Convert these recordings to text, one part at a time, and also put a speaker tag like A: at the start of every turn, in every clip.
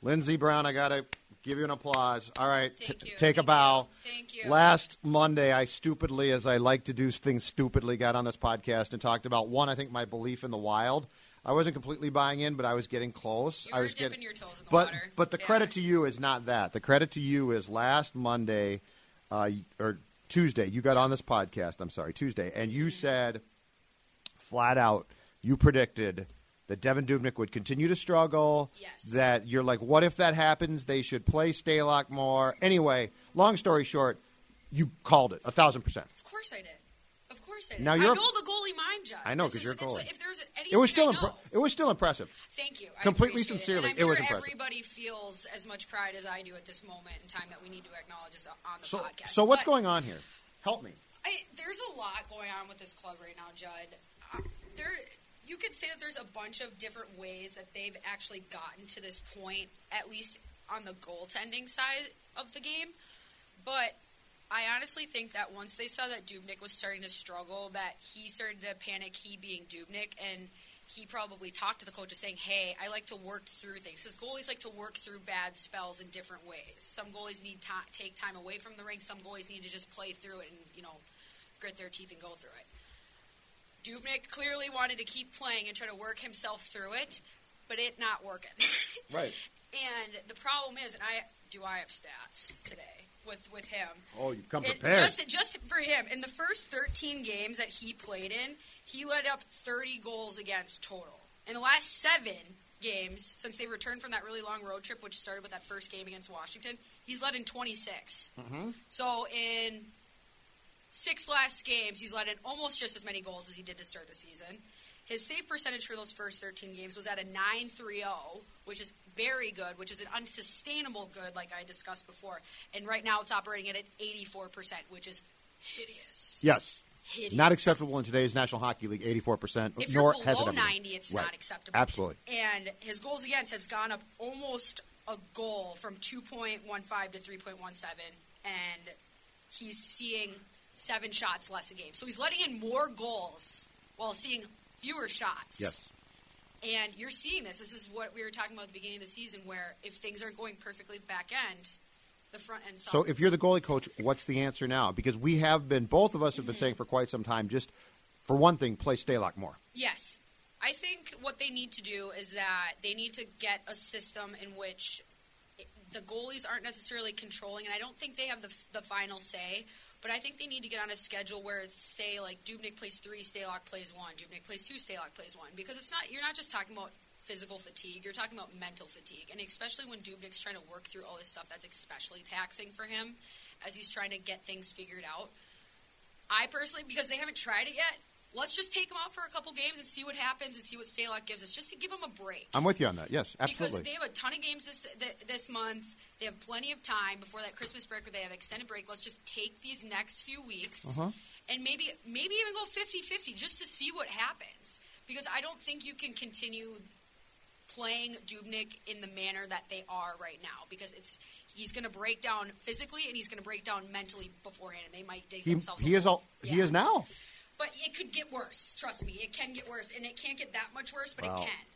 A: Lindsey Brown, I got to give you an applause. All right, t- take a bow. Thank you. Last Monday, I stupidly, as I like to do things stupidly, got on this podcast and talked about one. I think my belief in the wild. I wasn't completely buying in, but I was getting close.
B: You
A: I
B: were
A: was
B: dipping
A: getting,
B: your toes in the
A: but,
B: water.
A: But the
B: Yeah.
A: credit to you is not that. The credit to you is last Monday uh, or Tuesday. You got on this podcast. I'm sorry, Tuesday, and you
B: Mm-hmm.
A: said flat out, you predicted that Devin Dubnik would continue to struggle.
B: Yes.
A: That you're like, what if that happens? They should play Staylock more. Anyway, long story short, you called it a thousand percent.
B: Of course I did. Of course I did.
A: Now
B: I
A: you're-
B: know the goalie mind job.
A: I know
B: This
A: because
B: is-
A: you're a
B: it's-
A: goalie.
B: If there's anything
A: It was still
B: I know,
A: impre- it was still impressive.
B: Thank you. I
A: Completely
B: appreciate
A: sincerely,
B: it, And
A: it
B: I'm
A: was
B: sure
A: impressive.
B: everybody feels as much pride as I do at this moment in time that we need to acknowledge is on the
A: So,
B: podcast.
A: so what's
B: But
A: going on here? Help me.
B: I, there's a lot going on with this club right now, Judd. Uh, there, you could say that there's a bunch of different ways that they've actually gotten to this point, at least on the goaltending side of the game. But I honestly think that once they saw that Dubnik was starting to struggle, that he started to panic. He being Dubnik, and he probably talked to the coach, saying, "Hey, I like to work through things. Because goalies like to work through bad spells in different ways. Some goalies need to take time away from the rink. Some goalies need to just play through it and you know grit their teeth and go through it." Dubnik clearly wanted to keep playing and try to work himself through it, but it not working.
A: Right.
B: And the problem is, and I do I have stats today with with him.
A: Oh, you've come
B: It-
A: prepared.
B: just, just for him, in the first 13 games that he played in, he led up 30 goals against total. In the last seven games, since they returned from that really long road trip, which started with that first game against Washington, he's led in 26.
A: Mm-hmm.
B: So in six last games, he's led in almost just as many goals as he did to start the season. His save percentage for those first 13 games was at a 930, which is very good, which is an unsustainable good, like I discussed before. And right now it's operating at an 84%, which is hideous.
A: Yes.
B: Hideous.
A: Not acceptable in today's National Hockey League. Eighty-four percent.
B: If
A: nor
B: you're
A: has it
B: below
A: ever been.
B: 90, it's
A: Right.
B: not acceptable.
A: Absolutely.
B: And his goals against has gone up almost a goal from 2.15 to 3.17, and he's seeing seven shots less a game. So he's letting in more goals while seeing fewer shots.
A: Yes.
B: And you're seeing this. This is what we were talking about at the beginning of the season, where if things aren't going perfectly back end, the front end
A: So
B: suffers.
A: if you're the goalie coach, what's the answer now? Because we have been, both of us have been saying for quite some time, just for one thing, play Staylock more.
B: Yes. I think what they need to do is that they need to get a system in which it- the goalies aren't necessarily controlling, and I don't think they have the, f- the final say, but I think they need to get on a schedule where it's, say, like Dubnik plays three, Stalock plays one, Dubnik plays two, Stalock plays one, because it's not, you're not just talking about physical fatigue, you're talking about mental fatigue, and especially when Dubnik's trying to work through all this stuff, that's especially taxing for him as he's trying to get things figured out. I personally, because they haven't tried it yet, let's just take them out for a couple games and see what happens and see what Stalock gives us, just to give them a break.
A: I'm with you on that. Yes, absolutely.
B: Because they have a ton of games this th- this month. They have plenty of time before that Christmas break where they have extended break. Let's just take these next few weeks
A: Uh-huh.
B: and maybe maybe even go 50-50 just to see what happens. Because I don't think you can continue playing Dubnik in the manner that they are right now because it's he's going to break down physically and he's going to break down mentally beforehand and they might dig
A: he,
B: themselves a
A: he is all,
B: hole.
A: he
B: Yeah.
A: is now.
B: But it could get worse. Trust me, it can get worse, and it can't get that much worse, but
A: Wow.
B: it can.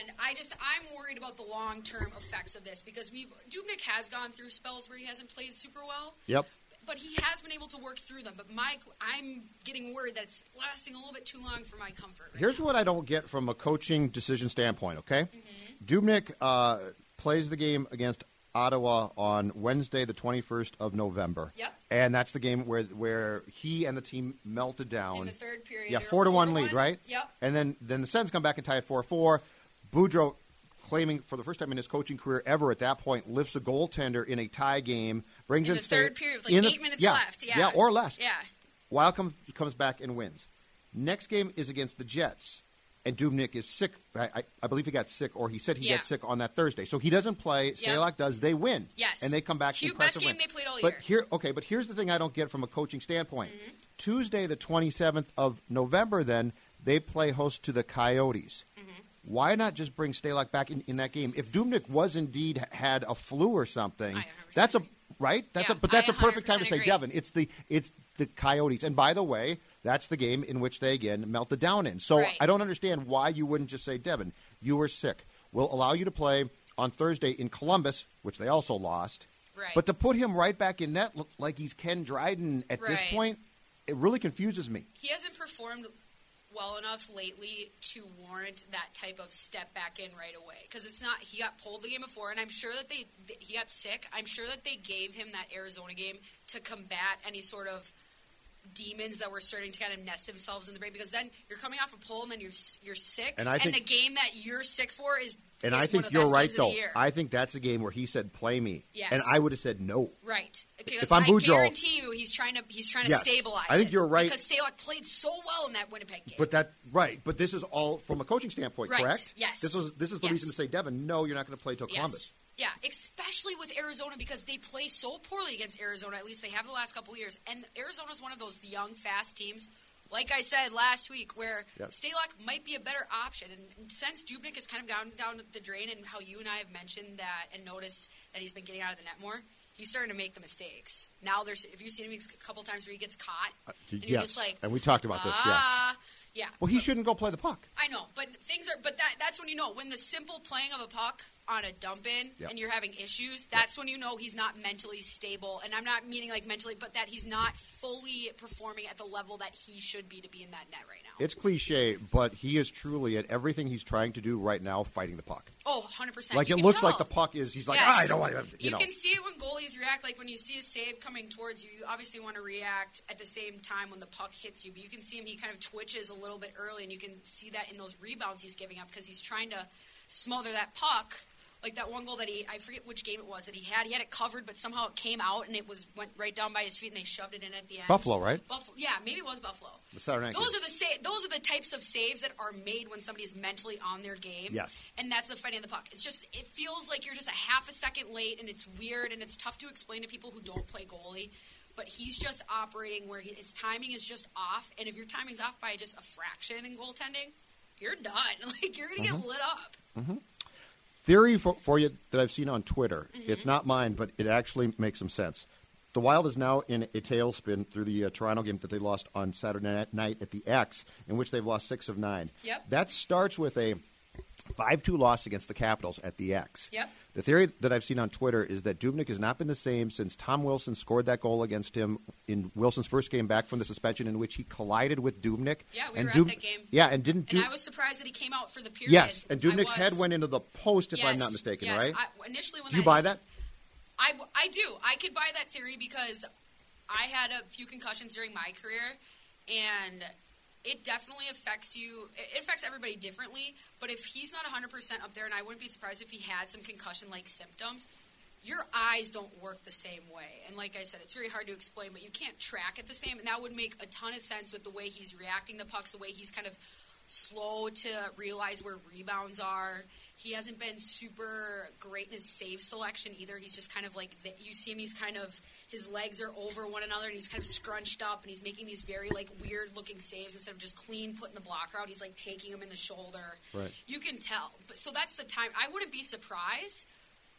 B: And I just I'm worried about the long term effects of this because we Dubnik has gone through spells where he hasn't played super well.
A: Yep.
B: but he has been able to work through them. But my, I'm getting worried that it's lasting a little bit too long for my comfort. right
A: Here's
B: now.
A: what I don't get from a coaching decision standpoint, okay?
B: Mm-hmm.
A: Dubnik uh, plays the game against Ottawa on Wednesday, the 21st of November.
B: Yep.
A: And that's the game where where he and the team melted down.
B: In the third period,
A: Yeah,
B: they were
A: four to
B: four
A: one
B: to
A: lead,
B: one.
A: right?
B: Yep.
A: And then then the Sens come back and tie it four four. Boudreaux claiming for the first time in his coaching career ever at that point lifts a goaltender in a tie game, brings in
B: in the third
A: Stan-
B: period, with like
A: in the-
B: eight minutes
A: yeah,
B: left. Yeah.
A: yeah, or less.
B: Yeah.
A: Weil comes comes back and wins. Next game is against the Jets, and Dubnik is sick. I, I, I believe he got sick, or he said he
B: Yeah.
A: got sick on that Thursday, so he doesn't play. Stalock does. They win.
B: Yes.
A: and they come back.
B: Cute,
A: impressive
B: best game
A: win.
B: they played all
A: but
B: year. Mm-hmm.
A: Here, okay, but here's the thing I don't get from a coaching standpoint. Tuesday, the 27th of November, then they play host to the Coyotes.
B: Mm-hmm.
A: Why not just bring Stalock back in, in that game? If Dubnik was indeed had a flu or something,
B: I 100%
A: that's a
B: agree.
A: right. That's
B: Yeah,
A: a but
B: I
A: that's a perfect time to
B: 100%
A: say,
B: agree.
A: Devin. It's the it's the Coyotes, and by the way, that's the game in which they again melted down in. So
B: Right.
A: I don't understand why you wouldn't just say, Devin, you were sick. We'll allow you to play on Thursday in Columbus, which they also lost.
B: Right.
A: But to put him right back in net look like he's Ken Dryden at this
B: Right.
A: point, it really confuses me.
B: he hasn't performed well enough lately to warrant that type of step back in right away because it's not he got pulled the game before and i'm sure that they th- he got sick i'm sure that they gave him that arizona game to combat any sort of demons that were starting to kind of nest themselves in the brain because then you're coming off a pull and then you're s- you're sick
A: And I think-
B: the game that you're sick for is
A: And
B: is
A: I
B: one
A: think
B: of the
A: you're
B: best
A: right,
B: games of
A: though.
B: the year.
A: I think that's a game where he said, "Play me,"
B: Yes.
A: and I would have said no.
B: Right. Because
A: If I'm
B: I
A: Boudreaux-
B: guarantee you he's trying to he's trying to
A: Yes.
B: stabilize.
A: I think
B: it
A: you're right.
B: Because Stalock played so well in that Winnipeg game.
A: But that right. But this is all from a coaching standpoint,
B: Right.
A: correct?
B: Yes.
A: This is this is the
B: Yes.
A: reason to say, Devin, no, you're not going to play till Columbus.
B: Yes. Yeah, especially with Arizona because they play so poorly against Arizona. At least they have the last couple of years. And Arizona's one of those young, fast teams. Like I said last week, where
A: Yep.
B: Stalock might be a better option, and since Dubnik has kind of gone down the drain, and how you and I have mentioned that and noticed that he's been getting out of the net more, he's starting to make the mistakes. Now there's, if you've seen him a couple times where he gets caught, and you're just like,
A: Uh, and we talked about this. Yes.
B: ah, yeah.
A: Well, he shouldn't go play the puck.
B: I know, but things are. But that that's when you know when the simple playing of a puck on a dump in
A: Yep.
B: and you're having issues. That's when you know he's not mentally stable. And I'm not meaning like mentally, but that he's not fully performing at the level that he should be to be in that net right now.
A: It's cliche, but he is truly at everything he's trying to do right now, fighting the puck.
B: oh, 100 percent.
A: Like it looks like the puck is. He's like, "Ah, I don't want to.
B: You,
A: know.
B: can see it when goalies react. Like when you see a save coming towards you, you obviously want to react at the same time when the puck hits you. But you can see him; he kind of twitches a little bit early, and you can see that in those rebounds he's giving up because he's trying to smother that puck. Like that one goal that he—I forget which game it was—that he had. He had it covered, but somehow it came out and it was went right down by his feet, and they shoved it in at the end.
A: Buffalo, right?
B: Buffalo, yeah, maybe it was Buffalo.
A: The Saturday night
B: Those
A: game.
B: are the sa- those are the types of saves that are made when somebody is mentally on their game.
A: Yes.
B: And that's the fighting of the puck. It's just it feels like you're just a half a second late, and it's weird, and it's tough to explain to people who don't play goalie. But he's just operating where he, his timing is just off, and if your timing's off by just a fraction in goaltending, you're done. Like you're gonna
A: Mm-hmm.
B: get lit up.
A: Theory for, for you that I've seen on Twitter.
B: Mm-hmm.
A: It's not mine, but it actually makes some sense. The Wild is now in a tailspin through the uh, Toronto game that they lost on Saturday ni- night at the X, in which they've lost six of nine.
B: Yep.
A: That starts with a 5 2 loss against the Capitals at the X.
B: Yep.
A: The theory that I've seen on Twitter is that Dubnik has not been the same since Tom Wilson scored that goal against him in Wilson's first game back from the suspension, in which he collided with Dubnik.
B: Yeah, we
A: and
B: were at
A: Dub-
B: that game.
A: Yeah, and didn't
B: And
A: Dub-
B: I was surprised that he came out for the period.
A: Yes, and
B: I
A: Dubnik's
B: was.
A: head went into the post, if I'm
B: Yes,
A: not mistaken,
B: yes.
A: right?
B: I, initially, when
A: Do you buy that?
B: I, I do. I could buy that theory because I had a few concussions during my career, and it definitely affects you. It it affects everybody differently, but if he's not 100% up there, and I wouldn't be surprised if he had some concussion like symptoms, your eyes don't work the same way. And like I said, it's very hard to explain, but you can't track it the same, and that would make a ton of sense with the way he's reacting to pucks, the way he's kind of slow to realize where rebounds are. He hasn't been super great in his save selection either. He's just kind of like th- you see him. He's kind of his legs are over one another, and he's kind of scrunched up, and he's making these very like weird looking saves instead of just clean putting the blocker out. He's like taking him in the shoulder.
A: Right.
B: You can tell. But so that's the time. I wouldn't be surprised.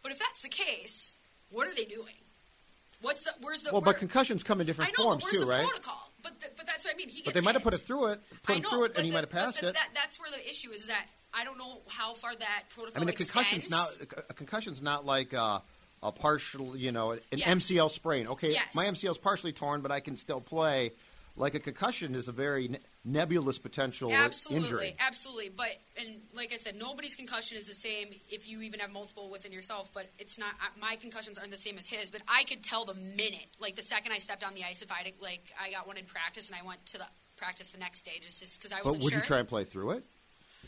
B: But if that's the case, what are they doing? What's the where's the
A: Well, but
B: where-
A: concussions come in different
B: I know,
A: forms
B: but where's
A: too,
B: the
A: right?
B: Protocol, but th- but that's what I mean. He
A: But
B: gets
A: they might have
B: hit.
A: put it through it, put
B: I
A: him
B: know,
A: through it,
B: but
A: and he
B: the-
A: might have
B: but
A: passed
B: the-
A: it.
B: That, that's where the issue is. Is that I don't know how far that
A: I
B: protocol.
A: mean, a concussion's
B: extends.
A: not a concussion's not like uh, a partial, you know, an
B: Yes.
A: MCL sprain. Okay,
B: Yes.
A: my MCL is partially torn, but I can still play. Like a concussion is a very ne- nebulous potential
B: absolutely,
A: injury.
B: absolutely. But and like I said, nobody's concussion is the same if you even have multiple within yourself. But it's not I- my concussions aren't the same as his. But I could tell the minute, like the second I stepped on the ice, if I did- like I got one in practice and I went to the practice the next day just because I
A: But
B: wasn't
A: would
B: sure.
A: you try and play through it?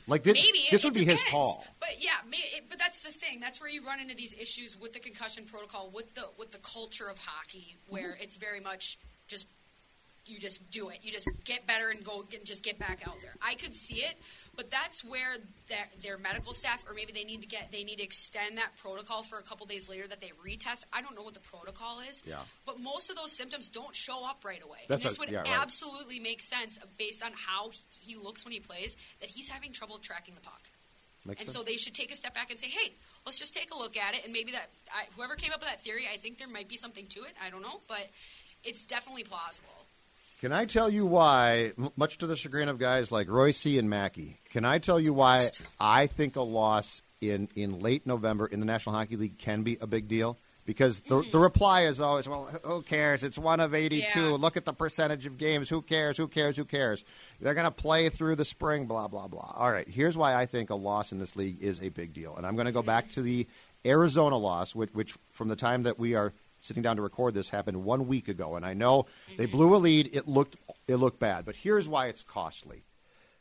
A: Like this,
B: maybe
A: this
B: it,
A: would
B: it
A: be
B: depends.
A: his call.
B: But yeah, may it, but that's the thing. That's where you run into these issues with the concussion protocol, with the with the culture of hockey, where
A: Mm-hmm.
B: it's very much just you just do it. You just get better and go and just get back out there. I could see it, but that's where their, their medical staff, or maybe they need to get they need to extend that protocol for a couple days later that they retest. I don't know what the protocol is.
A: Yeah.
B: But most of those symptoms don't show up right away.
A: That's
B: and this
A: a-
B: would
A: yeah, right.
B: absolutely make sense uh, based on how he- he looks when he plays that he's having trouble tracking the puck.
A: Makes
B: and
A: sense.
B: so they should take a step back and say, "Hey, let's just take a look at it." And maybe that I, whoever came up with that theory, I think there might be something to it. I don't know, but it's definitely plausible.
A: Can I tell you why, m- much to the chagrin of guys like Royce and Mackey, can I tell you why I think a loss in, in late November in the National Hockey League can be a big deal? Because the, the reply is always, well, who cares? It's one of 82.
B: Yeah.
A: Look at the percentage of games. Who cares? Who cares? Who cares? They're going to play through the spring, blah, blah, blah. All right, here's why I think a loss in this league is a big deal. And I'm going to go back to the Arizona loss, which, which from the time that we are sitting down to record this happened one week ago. And I know they
B: Mm-hmm.
A: blew a lead. It looked, it looked bad. But here's why it's costly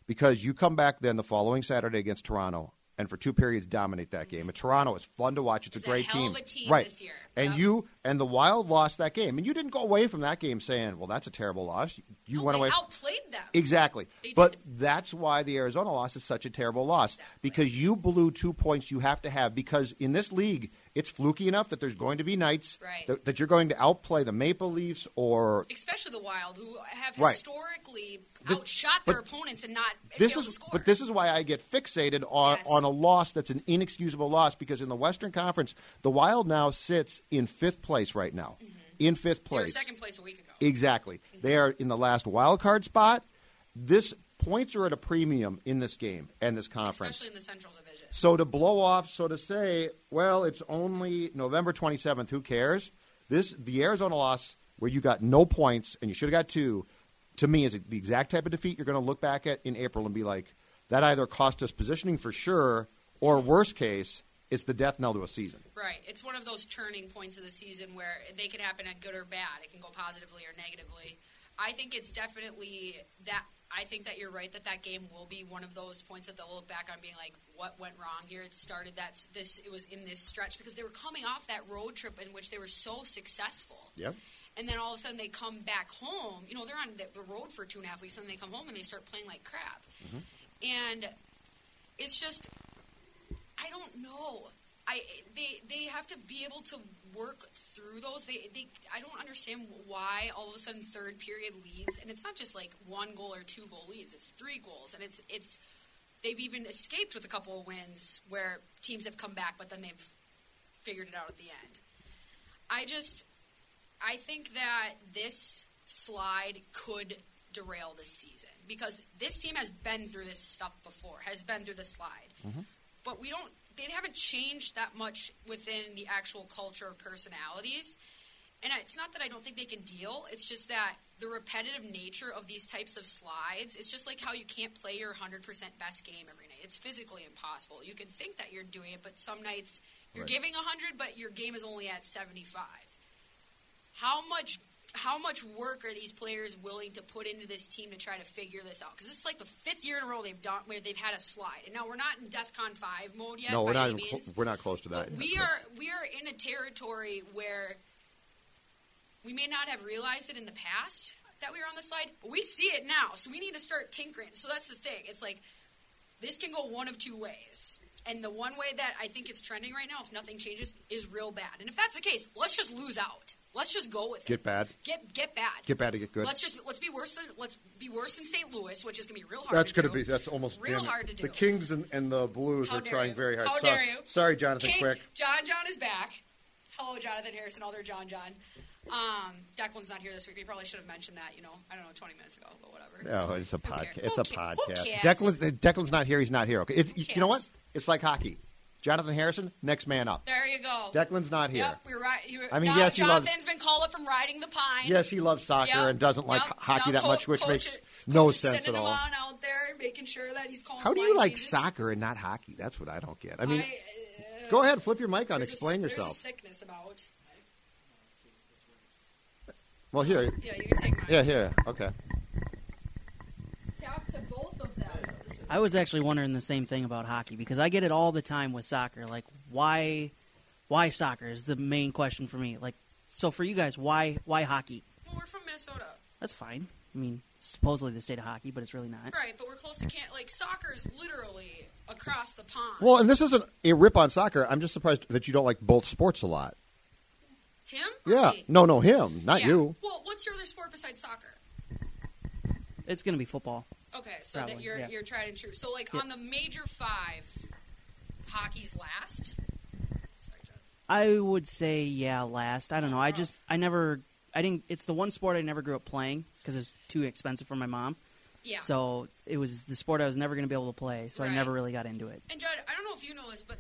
A: because you come back then the following Saturday against Toronto and for two periods dominate that game. And Toronto is fun to watch. It's,
B: It's
A: a
B: a
A: great
B: hell of a team
A: right?
B: this year.
A: And
B: Yep.
A: you and the Wild lost that game, and you didn't go away from that game saying, "Well, that's a terrible loss." You
B: No,
A: went
B: they
A: away
B: outplayed them.
A: exactly,
B: They did.
A: but that's why the Arizona loss is such a terrible loss because you blew two points you have to have because in this league. It's fluky enough that there's going to be nights
B: Right.
A: that, that you're going to outplay the Maple Leafs or
B: Especially the Wild, who have
A: Right.
B: historically
A: This-
B: outshot their
A: but
B: opponents and not
A: this
B: failed to
A: is
B: score.
A: but this is why I get fixated on
B: Yes.
A: on a loss that's an inexcusable loss because in the Western Conference the Wild now sits in fifth place right now. In fifth
B: Mm-hmm. They were
A: place.
B: second place a week ago.
A: Exactly. They are in the last wild card spot. This points are at a premium in this game and this conference.
B: Especially in the Central Division.
A: So to blow off, so to say, well, it's only November 27th. Who cares? This the Arizona loss where you got no points and you should have got two. To me, is the exact type of defeat you're going to look back at in April and be like, that either cost us positioning for sure, or worst case, it's the death knell to a season.
B: Right. It's one of those turning points of the season where they could happen at good or bad. It can go positively or negatively. I think it's definitely that. I think that you're right that that game will be one of those points that they'll look back on being like, what went wrong here? It started that this it was in this stretch because they were coming off that road trip in which they were so successful.
A: Yep.
B: And then all of a sudden they come back home. You know, they're on the road for two and a half weeks, and then they come home and they start playing like crap. And it's just I don't know. I they they have to be able to work through those. They, they I don't understand why all of a sudden third period leads, and it's not just like one goal or two goal leads. It's three goals, and it's it's they've even escaped with a couple of wins where teams have come back, but then they've figured it out at the end. I just I think that this slide could derail this season because this team has been through this stuff before, has been through the slide. But we don't they haven't changed that much within the actual culture of personalities. And I- it's not that I don't think they can deal, it's just that the repetitive nature of these types of slides, it's just like how you can't play your 100% best game every night. It's physically impossible. You can think that you're doing it, but some nights you're
A: Right.
B: giving 100 but your game is only at 75 how much how much work are these players willing to put into this team to try to figure this out? Because this is like the fifth year in a row they've done where they've had a slide, and now we're not in DefCon five mode yet.
A: no, we're
B: by
A: not
B: any
A: even clo-
B: means.
A: we're not close to that.
B: But we are we are in a territory where we may not have realized it in the past that we were on the slide. But we see it now, so we need to start tinkering. So that's the thing. It's like this can go one of two ways. And the one way that I think it's trending right now, if nothing changes, is real bad. And if that's the case, let's just lose out. Let's just go with
A: Get
B: it.
A: bad.
B: Get get bad.
A: Get bad to get good.
B: Let's just let's be worse than let's be worse than St. Louis, which is gonna be real hard.
A: That's
B: to
A: going to
B: do.
A: be that's almost
B: real
A: damn it.
B: hard to do.
A: The Kings and, and the Blues
B: How
A: are
B: dare
A: trying
B: you.
A: very hard.
B: How
A: sorry,
B: dare you?
A: sorry, Jonathan
B: King-
A: Quick.
B: John John is back. Hello, Jonathan Harrison. All their John John. Um, Declan's not here this week. We probably should have mentioned that. You know, I don't know, twenty minutes ago, but whatever.
A: No, it's a
B: who cares?
A: podcast. It's
B: Who
A: a
B: ca- who
A: podcast.
B: cares?
A: Declan, Declan's not here. He's not here. Okay, It- you know
B: cares?
A: what? It's like hockey. Jonathan Harrison, next man up.
B: There you go.
A: Declan's not here.
B: Yep, we're right. You,
A: I mean,
B: now
A: yes, he loves-
B: Jonathan's been called up from riding the pine.
A: Yes, he loves soccer
B: Yep,
A: and doesn't like
B: yep.
A: ho- hockey
B: Now
A: that
B: co-
A: much, which
B: coach-
A: makes
B: coach
A: no
B: is
A: sense at
B: sending him
A: all.
B: on out there, and making sure that he's calling.
A: How do
B: line
A: you like
B: changes.
A: soccer and not hockey? That's what I don't get. I mean,
B: I, uh,
A: go ahead, flip your mic on,
B: there's a-
A: explain
B: there's
A: yourself.
B: A sickness about.
A: well, here,
B: Yeah, you can take mine.
A: yeah, here, okay.
B: Talk to both of them.
C: I was actually wondering the same thing about hockey because I get it all the time with soccer. Like, why, why soccer is the main question for me. Like, so for you guys, why, why hockey?
B: Well, we're from Minnesota,
C: That's fine. I mean, supposedly the state of hockey, but it's really not.
B: right? But we're close to Canada. Like soccer is literally across the pond.
A: Well, and this isn't a rip on soccer. I'm just surprised that you don't like both sports a lot.
B: him? or
A: Yeah,
B: me?
A: no, no, him, not
B: Yeah.
A: you.
B: Well, what's your other sport besides soccer?
C: It's going to be football.
B: Okay, so that
C: Probably,
B: you're
C: yeah.
B: you're tried and true. So like
C: Yeah.
B: on the major five, hockey's last. Sorry, John.
C: I would say, yeah, last. I don't know. I just, I never, I didn't. It's the one sport I never grew up playing because it was too expensive for my mom.
B: Yeah.
C: So it was the sport I was never going to be able to play. So
B: Right.
C: I never really got into it.
B: And Judd, I don't know if you know this, but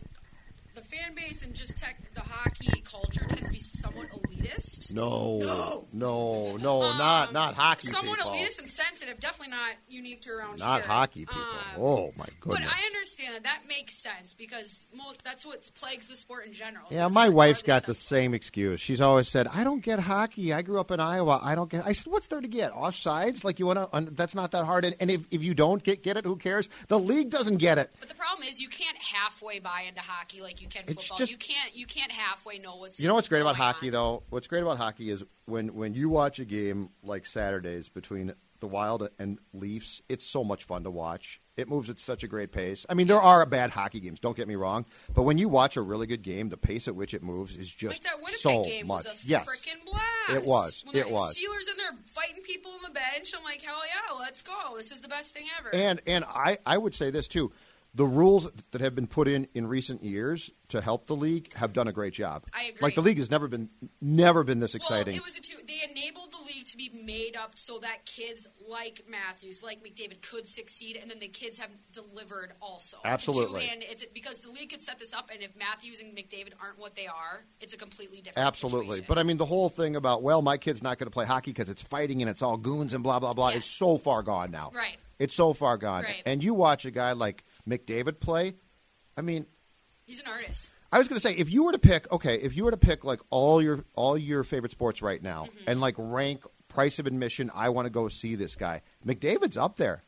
B: the fan base and just tech, the hockey culture tends to be somewhat elitist.
A: No, no, no,
B: Um,
A: not not hockey
B: somewhat
A: people.
B: elitist and sensitive. Definitely not unique to around
A: Not
B: here.
A: hockey people.
B: Um,
A: oh my goodness.
B: But I understand that. That makes sense because mo- that's what plagues the sport in general. So
A: Yeah,
B: it's
A: my
B: just
A: wife's
B: hardly
A: got the
B: accessible.
A: same excuse. She's always said, "I don't get hockey. I grew up in Iowa. I don't get." I said, "What's there to get? Offsides? Like you want to? That's not that hard. And, and if, if you don't get get it, who cares? The league doesn't get it.
B: But the problem is you can't halfway buy into hockey like you can
A: It's
B: football.
A: just-
B: you can't you can't halfway know what's
A: You know what's great about
B: going
A: hockey,
B: on.
A: though? What's great about hockey is when, when you watch a game like Saturdays between the Wild and Leafs, it's so much fun to watch. It moves at such a great pace. I mean, there are bad hockey games, don't get me wrong, but when you watch a really good game, the pace at which it moves is just
B: Like that Winnipeg
A: so
B: game
A: much.
B: was a
A: yes.
B: freaking blast.
A: It was.
B: When the
A: It was.
B: Steelers in there fighting people on the bench. I'm like, hell yeah, let's go. This is the best thing ever.
A: And and I, I would say this too. The rules that have been put in in recent years to help the league have done a great job.
B: I agree.
A: Like the league has never been never been this exciting.
B: Well, it was a two. They enabled the league to be made up so that kids like Matthews, like McDavid, could succeed, and then the kids have delivered also.
A: Absolutely.
B: It's a two-hand, it's a- because the league could set this up, and if Matthews and McDavid aren't what they are, it's a completely different.
A: Absolutely.
B: situation.
A: But I mean, the whole thing about, well, my kid's not going to play hockey because it's fighting and it's all goons and blah, blah, blah,
B: Yeah.
A: It's so far gone now.
B: Right.
A: It's so far gone.
B: Right.
A: And you watch a guy like McDavid play. I mean,
B: he's an artist.
A: I was going to say, if you were to pick, okay, if you were to pick like all your all your favorite sports right now
B: Mm-hmm.
A: and like rank price of admission, I want to go see this guy. McDavid's up there.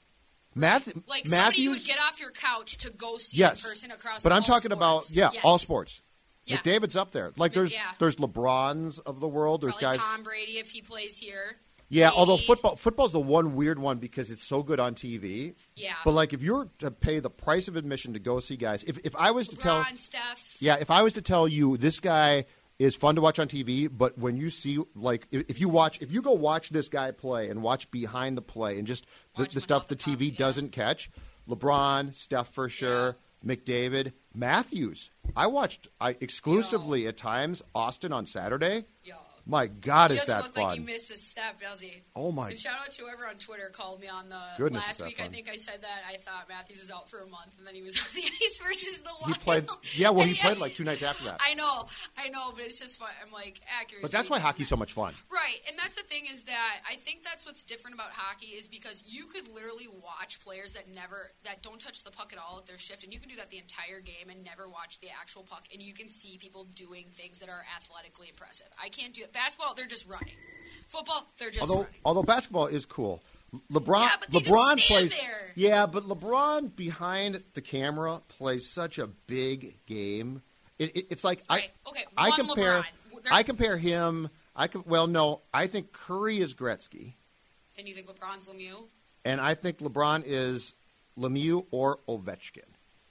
A: Math,
B: Like somebody you
A: Matthews,
B: would get off your couch to go see
A: yes,
B: in person across.
A: But I'm
B: all
A: talking about
B: sports.
A: yeah,
B: Yes.
A: all sports.
B: Yeah.
A: McDavid's up there. Like there's
B: yeah.
A: there's LeBrons of the world. There's
B: Probably
A: guys
B: Tom Brady if he plays here.
A: Yeah, although
B: Maybe.
A: football football's the one weird one because it's so good on TV.
B: Yeah.
A: But like if you're to pay the price of admission to go see guys, if if I was to tell
B: LeBron, Steph.
A: Yeah, if I was to tell you this guy is fun to watch on TV, but when you see like if, if you watch if you go watch this guy play and watch behind the play and just the,
B: Watch
A: the
B: him
A: stuff
B: off
A: the
B: the
A: TV
B: top, yeah.
A: doesn't catch, LeBron, Steph for sure, McDavid, Matthews. I watched I exclusively at times Austin on Saturday.
B: Yo.
A: My God,
B: He
A: is
B: doesn't
A: that
B: look
A: fun!
B: like he missed a step, does he?
A: Oh, my-
B: And shout out to whoever on Twitter called me on the
A: Goodness, is
B: last
A: that
B: week. I
A: fun.
B: think I said that I thought Matthews was out for a month, and then he was on the ice versus the
A: He
B: Wild.
A: played. Yeah, well, he
B: And
A: played like two nights after that.
B: I know, I know, but it's just fun. I'm like accuracy.
A: But that's why
B: doesn't
A: hockey's so
B: matter.
A: much fun.
B: Right, and that's the thing is that I think that's what's different about hockey is because you could literally watch players that never that don't touch the puck at all at their shift, and you can do that the entire game and never watch the actual puck, and you can see people doing things that are athletically impressive. I can't do it. Basketball, they're just running. Football, they're just
A: Although,
B: running.
A: although basketball is cool. LeBron,
B: Yeah, but they just
A: LeBron
B: stand
A: plays.
B: there.
A: Yeah, but LeBron behind the camera plays such a big game. It, it, it's like
B: Right,
A: I,
B: okay,
A: I
B: one
A: compare,
B: LeBron. There-
A: I compare him. I com- well, no, I think Curry is Gretzky,
B: And you think LeBron's Lemieux?
A: and I think LeBron is Lemieux or Ovechkin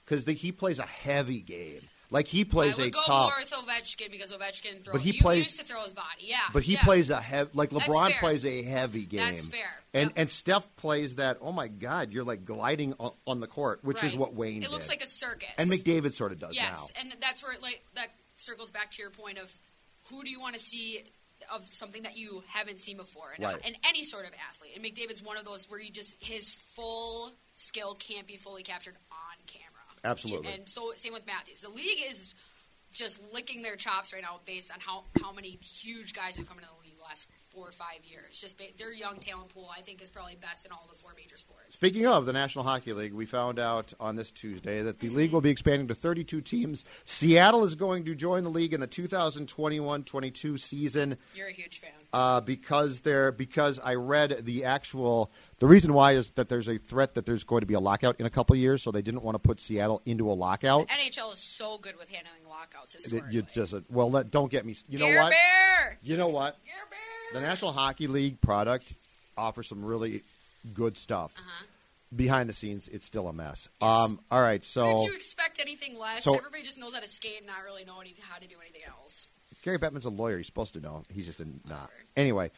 A: because he plays a heavy game. Like he plays
B: I would
A: a
B: go
A: tough.
B: more with Ovechkin because Ovechkin throws.
A: But he
B: you
A: plays-
B: used to throw his body, yeah.
A: But he
B: yeah.
A: plays a heavy, like
B: That's
A: LeBron
B: fair.
A: plays a heavy game.
B: That's fair.
A: And
B: Yep.
A: and Steph plays that. Oh my God, you're like gliding on, on the court, which is
B: Right.
A: what Wayne.
B: It
A: did.
B: looks like a circus.
A: And McDavid sort of does
B: Yes,
A: now.
B: and that's where it, like that circles back to your point of who do you want to see of something that you haven't seen before, and,
A: Right.
B: and any sort of athlete. And McDavid's one of those where you just his full skill can't be fully captured on camera.
A: Absolutely.
B: And so same with Matthews. The league is just licking their chops right now based on how, how many huge guys have come into the league the last four or five years. Just ba- their young talent pool, I think, is probably best in all the four major sports.
A: Speaking of the National Hockey League, we found out on this Tuesday that the league will be expanding to 32 teams. Seattle is going to join the league in the 2021-22 season
B: You're a huge fan.
A: uh, because they're because I read the actual the reason why is that there's a threat that there's going to be a lockout in a couple of years, so they didn't want to put Seattle into a lockout.
B: NHL is so good with handling lockouts
A: It-
B: historically.
A: You just well, let, don't get me. You know
B: Gare
A: what?
B: Bear!
A: You know what?
B: Gare
A: The
B: Bear!
A: National Hockey League product offers some really good stuff.
B: Uh-huh.
A: Behind the scenes, it's still a mess. Um, all right,
B: Did
A: so
B: you expect anything less?
A: so-
B: Everybody just knows how to skate and not really know any, how to do anything else.
A: Gary Bettman's a lawyer. He's supposed to know. He's just a, not. Anyway,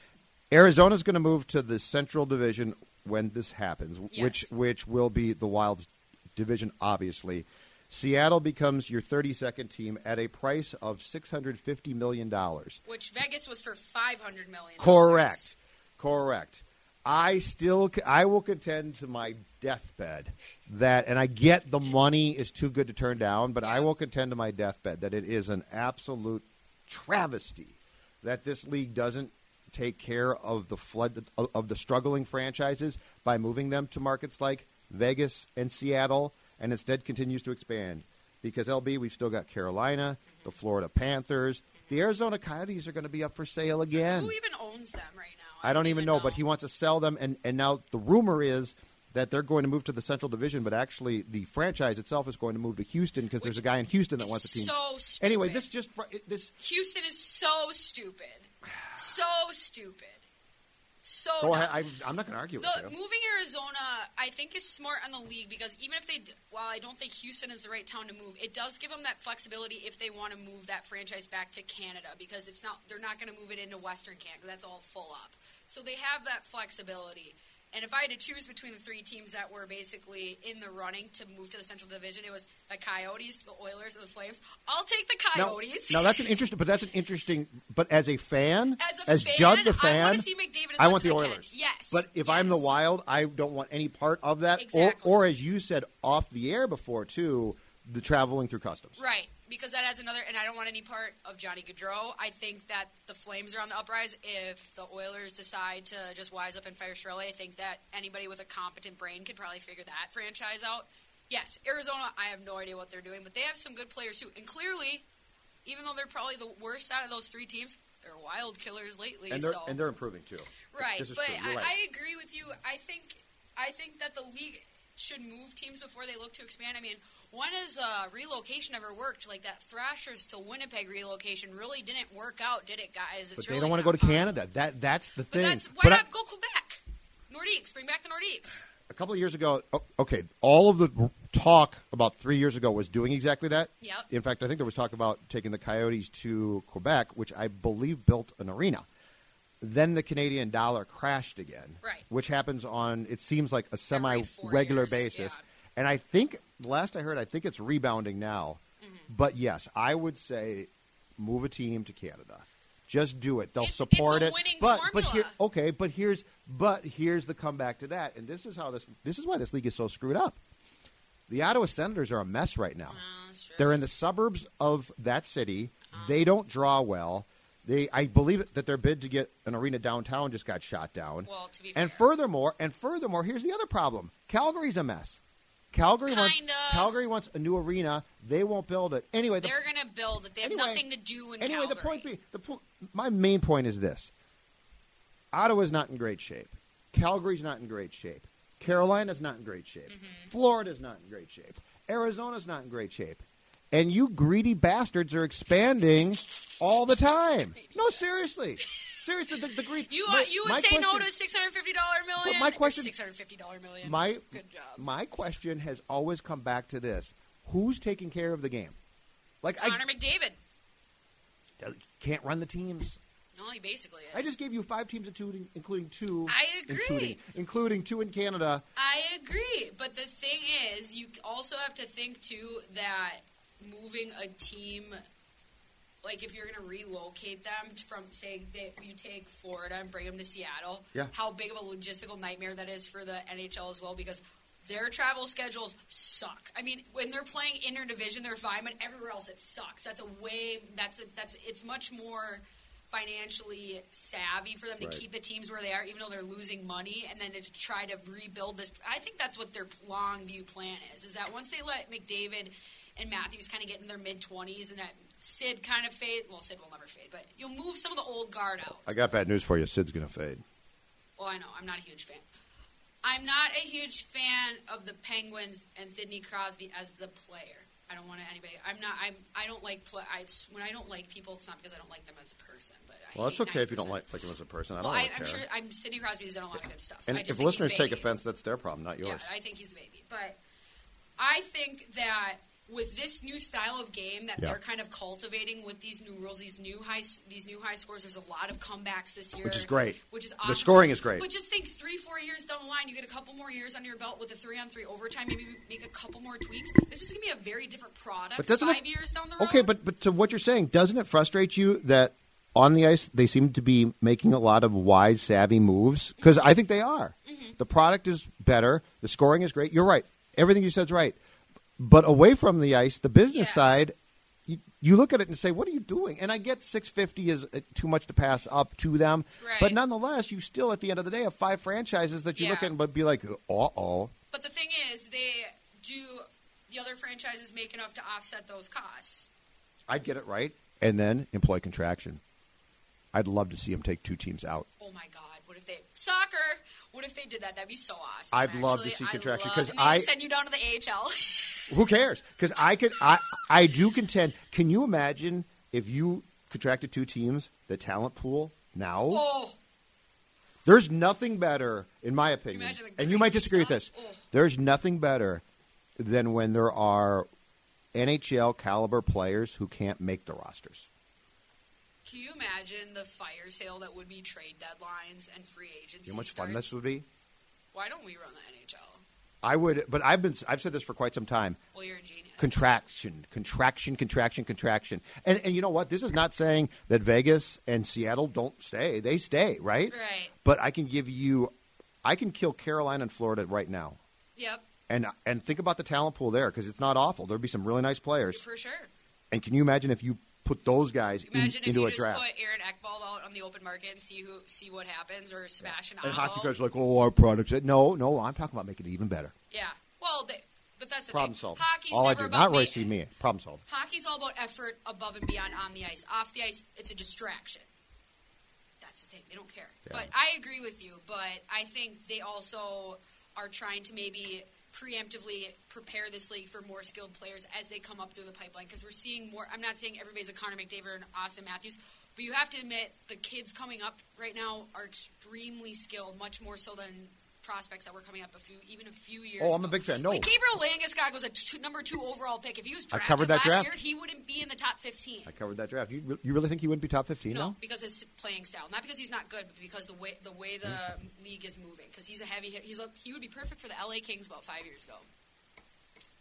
A: Arizona's going to move to the Central Division when this happens, w- which
B: Yes.
A: which will be the Wild's division, obviously. Seattle becomes your 32nd team at a price of $650 million.
B: Which Vegas was for five hundred million.
A: Correct. Correct. I still, c- I will contend to my deathbed that, and I get the money is too good to turn down, but I will contend to my deathbed that it is an absolute travesty that this league doesn't take care of the flood of, of the struggling franchises by moving them to markets like Vegas and Seattle, and instead continues to expand. Because LB, we've still got Carolina, the Florida Panthers, the Arizona Coyotes are going to be up for sale again.
B: Who even owns them right now?
A: I don't even know, but he wants to sell them. And, and now the rumor is that they're going to move to the Central Division, but actually the franchise itself is going to move to Houston because there's a guy in Houston that
B: is
A: wants a team.
B: so stupid.
A: Anyway, this just fr- it- this.
B: Houston is so stupid, so stupid, so.
A: Go
B: dumb.
A: ahead. oh, I, I'm not going to argue
B: The,
A: with you.
B: moving Arizona, I think, is smart on the league because even if they, d- while I don't think Houston is the right town to move, it does give them that flexibility if they want to move that franchise back to Canada because it's not they're not going to move it into Western Canada. That's all full up, so they have that flexibility. And if I had to choose between the three teams that were basically in the running to move to the Central Division, it was the Coyotes, the Oilers, and the Flames. I'll take the
A: Now,
B: Coyotes.
A: now that's an interesting, but that's an interesting. But as a fan,
B: As a fan,
A: Judd the
B: I
A: fan,
B: wanna see McDavid as
A: I
B: much
A: want
B: as
A: the
B: I can.
A: Oilers.
B: Yes,
A: but if I'm the
B: yes.
A: Wild, I don't want any part of that.
B: Exactly.
A: Or, or as you said off the air before too, the traveling through customs.
B: Right, because that adds another, and I don't want any part of Johnny Gaudreau. I think that the Flames are on the uprise. If the Oilers decide to just wise up and fire Shirley, I think that anybody with a competent brain could probably figure that franchise out. Yes, Arizona, I have no idea what they're doing, but they have some good players too. And clearly, even though they're probably the worst out of those three teams, they're wild killers lately.
A: And they're
B: so.
A: and they're improving too.
B: Right,
A: This is
B: but
A: true. You're
B: I,
A: right.
B: I agree with you. I think I think that the league should move teams before they look to expand. I mean, when has uh, relocation ever worked? Like that Thrashers to Winnipeg relocation really didn't work out, did it, guys? It's
A: But they
B: really
A: don't want to go
B: not
A: to
B: possible.
A: Canada. That that's the
B: But
A: thing.
B: that's why
A: But I-
B: not go Quebec, Nordiques? Bring back the Nordiques.
A: a couple of years ago, o- okay, all of the talk about three years ago was doing exactly that.
B: Yep.
A: In fact, I think there was talk about taking the Coyotes to Quebec, which I believe built an arena. Then the Canadian dollar crashed again,
B: Right.
A: Which happens on it seems like a semi
B: four
A: regular
B: years,
A: basis.
B: yeah.
A: And I think last I heard, I think it's rebounding now.
B: Mm-hmm.
A: But yes, I would say move a team to Canada. Just do it. They'll
B: It's- it's a
A: support it.
B: winning
A: but but here,
B: formula.
A: okay, but here's but here's the comeback to that, and this is how this this is why this league is so screwed up. The Ottawa Senators are a mess right now.
B: Oh,
A: They're in the suburbs of that city. They don't draw well. They, I believe that their bid to get an arena downtown just got shot down.
B: Well, to be
A: and
B: fair.
A: furthermore, and furthermore, here's the other problem: Calgary's a mess. Calgary wants
B: Kind of.
A: Calgary wants a new arena. They won't build it anyway. The,
B: They're going to build it. They have
A: Anyway-
B: nothing to do in
A: anyway,
B: Calgary.
A: the point being, the po- my main point is this: Ottawa's not in great shape. Calgary's not in great shape. Carolina's not in great shape.
B: Mm-hmm.
A: Florida's not in great shape. Arizona's not in great shape. And you greedy bastards are expanding all the time. No, seriously, seriously. The, the greed.
B: you uh,
A: my-
B: you would
A: my
B: say no
A: question-
B: to six hundred fifty dollar million.
A: my question-
B: six hundred fifty dollar million.
A: my
B: good job.
A: my question has always come back to this: Who's taking care of the game? Like
B: Connor McDavid.
A: I can't run the teams.
B: No, he basically is.
A: I just gave you five teams, including including two.
B: I agree.
A: Including, including two in Canada.
B: I agree, but the thing is, you also have to think too that moving a team, like if you're going to relocate them t- from, say, that you take Florida and bring them to Seattle,
A: Yeah.
B: how big of a logistical nightmare that is for the NHL as well. Because Their travel schedules suck. I mean, when they're playing interdivision, they're fine, but everywhere else it sucks. That's a way. That's a, that's it's much more financially savvy for them to
A: Right.
B: keep the teams where they are, even though they're losing money, and then to try to rebuild this. I think that's what their long view plan is. Is that once they let McDavid and Matthews kind of get in their mid twenties, and that Sid kind of fade. Well, Sid will never fade, but you'll move some of the old guard out.
A: I got bad news for you. Sid's going to fade.
B: Well, I know I'm not a huge fan. I'm not a huge fan of the Penguins and Sidney Crosby as the player. I don't want anybody. I'm not. I'm. I don't like play. I, it's- when I don't like people, it's not because I don't like them as a person. But I
A: Well, that's
B: hate
A: okay if you
B: 90%.
A: don't like like him as a person. I don't
B: Well, I,
A: really
B: I'm
A: care.
B: sure. I'm Sidney Crosby's done a lot of good stuff.
A: and
B: I just
A: if
B: think he's
A: listeners take
B: vague.
A: offense, that's their problem, not yours.
B: Yeah, I think he's a baby. But I think that with this new style of game that
A: Yeah.
B: they're kind of cultivating with these new rules, these new high, these new high scores, there's a lot of comebacks this year,
A: Which is great.
B: Which is
A: The
B: awesome.
A: scoring is great.
B: But just think, three, four years down the line, you get a couple more years under your belt with a three-on-three overtime. Maybe make a couple more tweaks. This is going to be a very different product
A: but doesn't
B: five
A: it,
B: years down the road.
A: Okay, but but to what you're saying, doesn't it frustrate you that on the ice they seem to be making a lot of wise, savvy moves? Because I think they are.
B: Mm-hmm.
A: The product is better. The scoring is great. You're right. Everything you said's right. But away from the ice, the business
B: Yes.
A: side. You, you look at it and say, "What are you doing?" And I get 650 is uh, too much to pass up to them, but
B: Right.
A: nonetheless, you still at the end of the day have five franchises that you look
B: Yeah.
A: at and would be like, "Uh oh."
B: But the thing is, they do. The other franchises make enough to offset those costs.
A: I'd get it right, and then employ contraction. I'd love to see him take two teams out.
B: Oh my God! What if they soccer? What if they did that? That'd be so awesome.
A: I'd love to
B: actually.
A: see
B: I
A: contraction,
B: love-
A: 'cause
B: and they would
A: I-
B: send you down to the AHL.
A: Who cares? Because I could, I, I do contend. Can you imagine if you contracted two teams, the talent pool now?
B: oh,
A: There's nothing better, in my opinion,
B: Imagine the
A: and you might
B: crazy
A: disagree with this.
B: stuff. Oh. Ugh.
A: There's nothing better than when there are NHL caliber players who can't make the rosters.
B: can you imagine the fire sale that would be trade deadlines and free agency?
A: You know how much fun
B: starts?
A: this would be?
B: Why don't we run the NHL?
A: I would, but I've been, I've said this for quite some time.
B: Well, you're a genius.
A: contraction, contraction, contraction, contraction. And and you know what? This is not saying that Vegas and Seattle don't stay. They stay, right?
B: Right.
A: But I can give you I can kill Carolina and Florida right now.
B: Yep,
A: And and think about the talent pool there cuz it's not awful. There'd be some really nice players.
B: for sure.
A: And can you imagine if you put those guys in-
B: Imagine if
A: into
B: you
A: a
B: just
A: draft?
B: put Aaron Eckball out on the open market and see who see what happens, or Sebastian
A: and
B: Aho.
A: hockey coach like, "Oh, our products." No, no, I'm talking about making it even better.
B: Yeah. Well, they, but that's the
A: Problem
B: thing.
A: solved.
B: Hockey's
A: All I
B: never
A: do,
B: about
A: not racing
B: ma-
A: me. Problem solved.
B: Hockey's all about effort above and beyond on the ice. Off the ice, it's a distraction. That's the thing. They don't care. But I agree with you. But I think they also are trying to maybe preemptively prepare this league for more skilled players as they come up through the pipeline because we're seeing more. I'm not saying everybody's a Connor McDavid or an Austin Matthews, but you have to admit the kids coming up right now are extremely skilled, much more so than prospects that were coming up a few, even a few years.
A: Oh, I'm
B: ago.
A: a big fan. No.
B: like Gabriel Landeskog was a t- number two overall pick. If he was
A: I
B: drafted
A: covered that
B: last
A: draft.
B: year, he wouldn't be in the top 15.
A: I covered that draft. You, you really think he wouldn't be top 15
B: No,
A: now?
B: because his playing style, not because he's not good, but because the way the way the league is moving. Because he's a heavy hit. He's a, he would be perfect for the LA Kings about five years ago.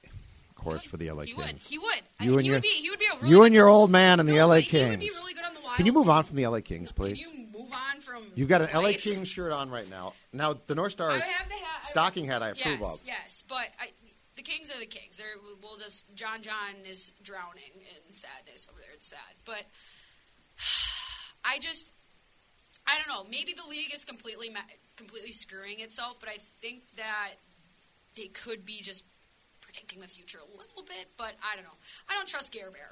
A: Of course for the LA
B: he
A: Kings.
B: would. He would. I-
A: You and
B: he
A: your-
B: would be. He would be a really
A: you
B: good-
A: and your old man and the
B: No,
A: LA
B: but
A: Kings.
B: He would be really good on the wild.
A: Can you move on from the LA Kings,
B: Can
A: please?
B: you move on from?
A: have got an LA
B: life?
A: Kings shirt on right now. Now the North
B: I
A: Stars
B: have the hat. I-
A: stocking hat I approve
B: yes,
A: of.
B: Yes, but I, the Kings are the Kings. They're, we'll just John John is drowning in sadness over there. It's sad, but I just I don't know. Maybe the league is completely ma- completely screwing itself, but I think that they could be just predicting the future a little bit. But I don't know. I don't trust Gare Bear.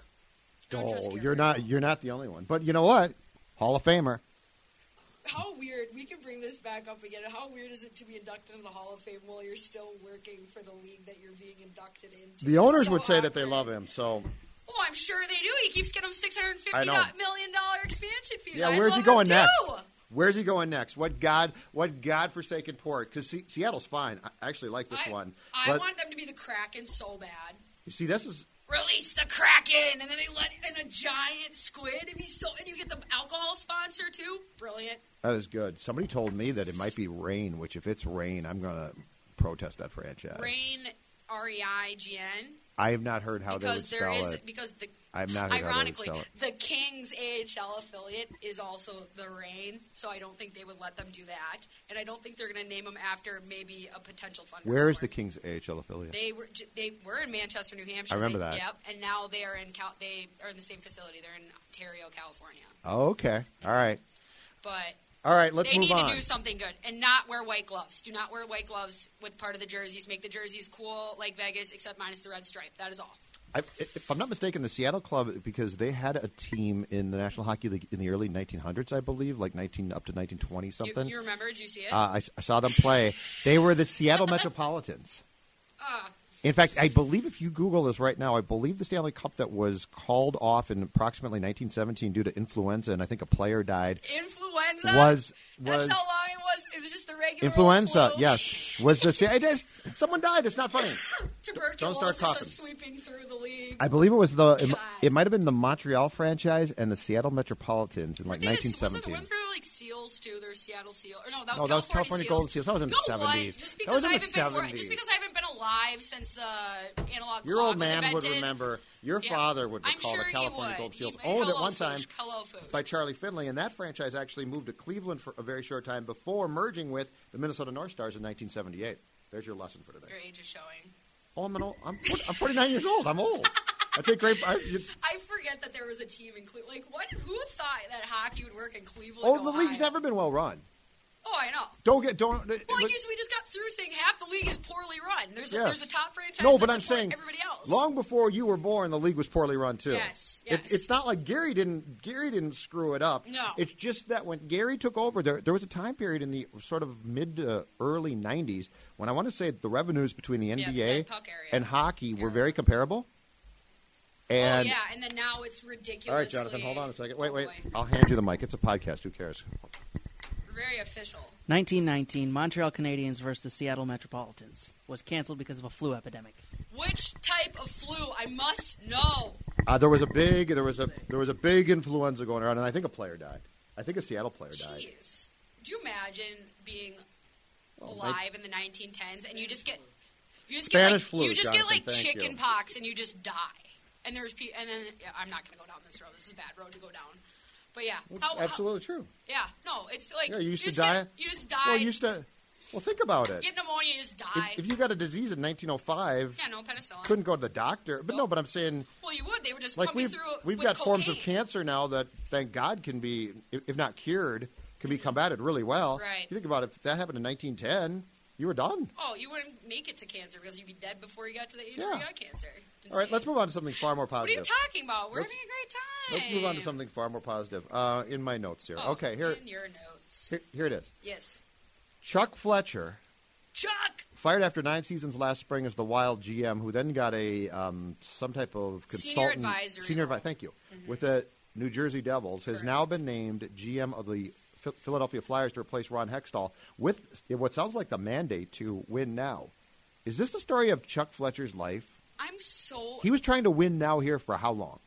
B: I don't trust
A: Oh,
B: Gare
A: you're
B: Bear.
A: not you're not the only one. But you know what? Hall of Famer.
B: How weird. We can bring this back up again. How weird is it to be inducted into the Hall of Fame while you're still working for the league that you're being inducted into?
A: The owners
B: So
A: would say that they
B: awkward.
A: love him. So
B: Oh, I'm sure they do. He keeps getting them six hundred
A: I
B: fifty
A: know.
B: million dollar expansion fees.
A: yeah,
B: I
A: where's
B: love
A: he
B: him
A: going
B: too.
A: next? Where's he going next? What god what god forsaken port? Because Seattle's fine. I actually like this
B: I,
A: one.
B: I
A: but
B: want them to be the Kraken so bad.
A: you see, this is
B: Release the Kraken, and then they let in a giant squid. It'd be so, and you get the alcohol sponsor too. Brilliant.
A: that is good. Somebody told me that it might be rain. Which if it's rain, I'm gonna protest that franchise.
B: Rain R E I G N.
A: I have not heard how
B: because
A: they would
B: there
A: spell
B: is
A: it.
B: because the
A: I've not heard how they would
B: ironically
A: spell it.
B: the Kings AHL affiliate is also the Rain, so I don't think they would let them do that, and I don't think they're going to name them after maybe a potential thunderstorm.
A: Where is the Kings AHL affiliate?
B: They were j- they were in Manchester, New Hampshire.
A: I remember
B: They-
A: that.
B: Yep, and now they are in Cal- they are in the same facility. They're in Ontario, California.
A: oh, okay. All right.
B: But
A: All right. Let's
B: they
A: move
B: need
A: on.
B: to do something good and not wear white gloves. Do not wear white gloves with part of the jerseys. Make the jerseys cool like Vegas, except minus the red stripe. That is all.
A: I, if I'm not mistaken, the Seattle club because they had a team in the National Hockey League in the early 1900s, I believe, like 19 up to 1920
B: You,
A: something.
B: you remember? Did you see it?
A: uh, I, s- I saw them play. They were the
B: Uh.
A: Seattle Metropolitans. In fact, I believe if you Google this right now, I believe the Stanley Cup that was called off in approximately 1917 due to influenza, and I think a player died.
B: influenza
A: Was- was-
B: That's how long it was. It was just the regular
A: Influenza,
B: old flu.
A: yes, was the it is, someone died. It's not funny.
B: Tuberculosis
A: talking.
B: is sweeping through the league.
A: I believe it was the it,
B: God.
A: might have been the Montreal franchise and the Seattle Metropolitans in like
B: Weren't they just- wasn't-
A: 1917.
B: Weren't there like seals too? There's Seattle Seal. Or no, that was,
A: No,
B: California,
A: that was California
B: seals.
A: Golden Seals. That was in the
B: no, what?
A: 70s.
B: Just
A: That
B: because
A: was in
B: I
A: the
B: haven't been wor-
A: 70s.
B: just because I haven't been alive since the analog
A: Your
B: clock
A: old
B: was
A: man would
B: invented.
A: remember. Your
B: Yeah.
A: father would
B: I'm
A: recall
B: sure
A: the
B: he
A: California
B: would.
A: Gold
B: He-
A: Seals
B: hello,
A: owned at one
B: Foosh.
A: time
B: Hello, Foosh.
A: by Charlie Finley, and that franchise actually moved to Cleveland for a very short time before merging with the Minnesota North Stars in 1978. There's your lesson for today.
B: Your age is showing.
A: Oh, I'm an old. I'm, fort- I'm 49 years old. I'm old. I take great. I, you,
B: I forget that there was a team in Cleveland. Like, what? Who thought that hockey would work in Cleveland?
A: oh, the
B: Ohio?
A: league's never been well run.
B: Oh, I know.
A: Don't get don't.
B: Well, I
A: look-
B: guess we just got through saying half the league is poorly run. There's a,
A: Yes.
B: there's a top franchise.
A: No,
B: that
A: but I'm
B: supports
A: saying
B: everybody else.
A: Long before you were born, the league was poorly run too.
B: Yes,
A: It-
B: yes.
A: it's not like Gary didn't Gary didn't screw it up.
B: No.
A: it's just that when Gary took over, there there was a time period in the sort of mid to early '90s when I want to say the revenues between the
B: the
A: NBA
B: dead puck area.
A: and hockey were very comparable. And
B: oh yeah, and then now it's ridiculous.
A: all right, Jonathan, hold on a second.
B: Oh,
A: Wait, wait. I'll hand you the mic. It's a podcast. Who cares?
B: Very official.
C: 1919, Montreal Canadiens versus the Seattle Metropolitans was canceled because of a flu epidemic.
B: Which type of flu? I must know.
A: Uh, there was a big there was a there was a big influenza going around, and I think a player died. I think a Seattle player died.
B: Jeez, do you imagine being alive in the 1910s and you just get you just
A: Spanish
B: get
A: flu,
B: like, you just
A: Jonathan,
B: get like
A: thank you.
B: chicken pox and you just die. And there's pe- and then yeah, I'm not going to go down this road. This is a bad road to go down. But yeah,
A: Well,
B: how-
A: it's
B: how-
A: absolutely true.
B: yeah, no, it's like
A: Yeah, you used to
B: just
A: die.
B: Get, you just die.
A: Well, you used to. Well, think about it.
B: get pneumonia, you just die.
A: If, if you got a disease in 1905,
B: yeah, no penicillin.
A: couldn't go to the doctor. But no, but I'm saying
B: well, you would. They would just
A: like
B: pump you
A: we've
B: through.
A: we've
B: with
A: got forms of
B: cocaine.
A: cancer now that thank God can be, if if not cured, can be combated really well.
B: Mm-hmm. Right.
A: You think about it. If that happened in 1910, you were done.
B: Oh, you wouldn't make it to cancer because you'd be dead before you got to the age where
A: Yeah.
B: you got cancer.
A: All right,
B: Insane.
A: let's move on to something far more
B: What are you
A: positive.
B: talking about? We're
A: Let's-
B: having a great time.
A: Let's move on to something far more positive. Uh, in my notes here.
B: Oh,
A: okay, here,
B: In your notes.
A: here here it is.
B: Yes.
A: Chuck Fletcher
B: Chuck.
A: fired after nine seasons last spring as the Wild GM, who then got a um, some type of
B: Senior
A: consultant
B: advisory Mm-hmm.
A: senior
B: role.
A: advi- Thank you. With the New Jersey Devils, has now been named GM of the Phil- Philadelphia Flyers to replace Ron Hextall with what sounds like the mandate to win now. Is this the story of Chuck Fletcher's life?
B: I'm so.
A: He was trying to win now here for how long?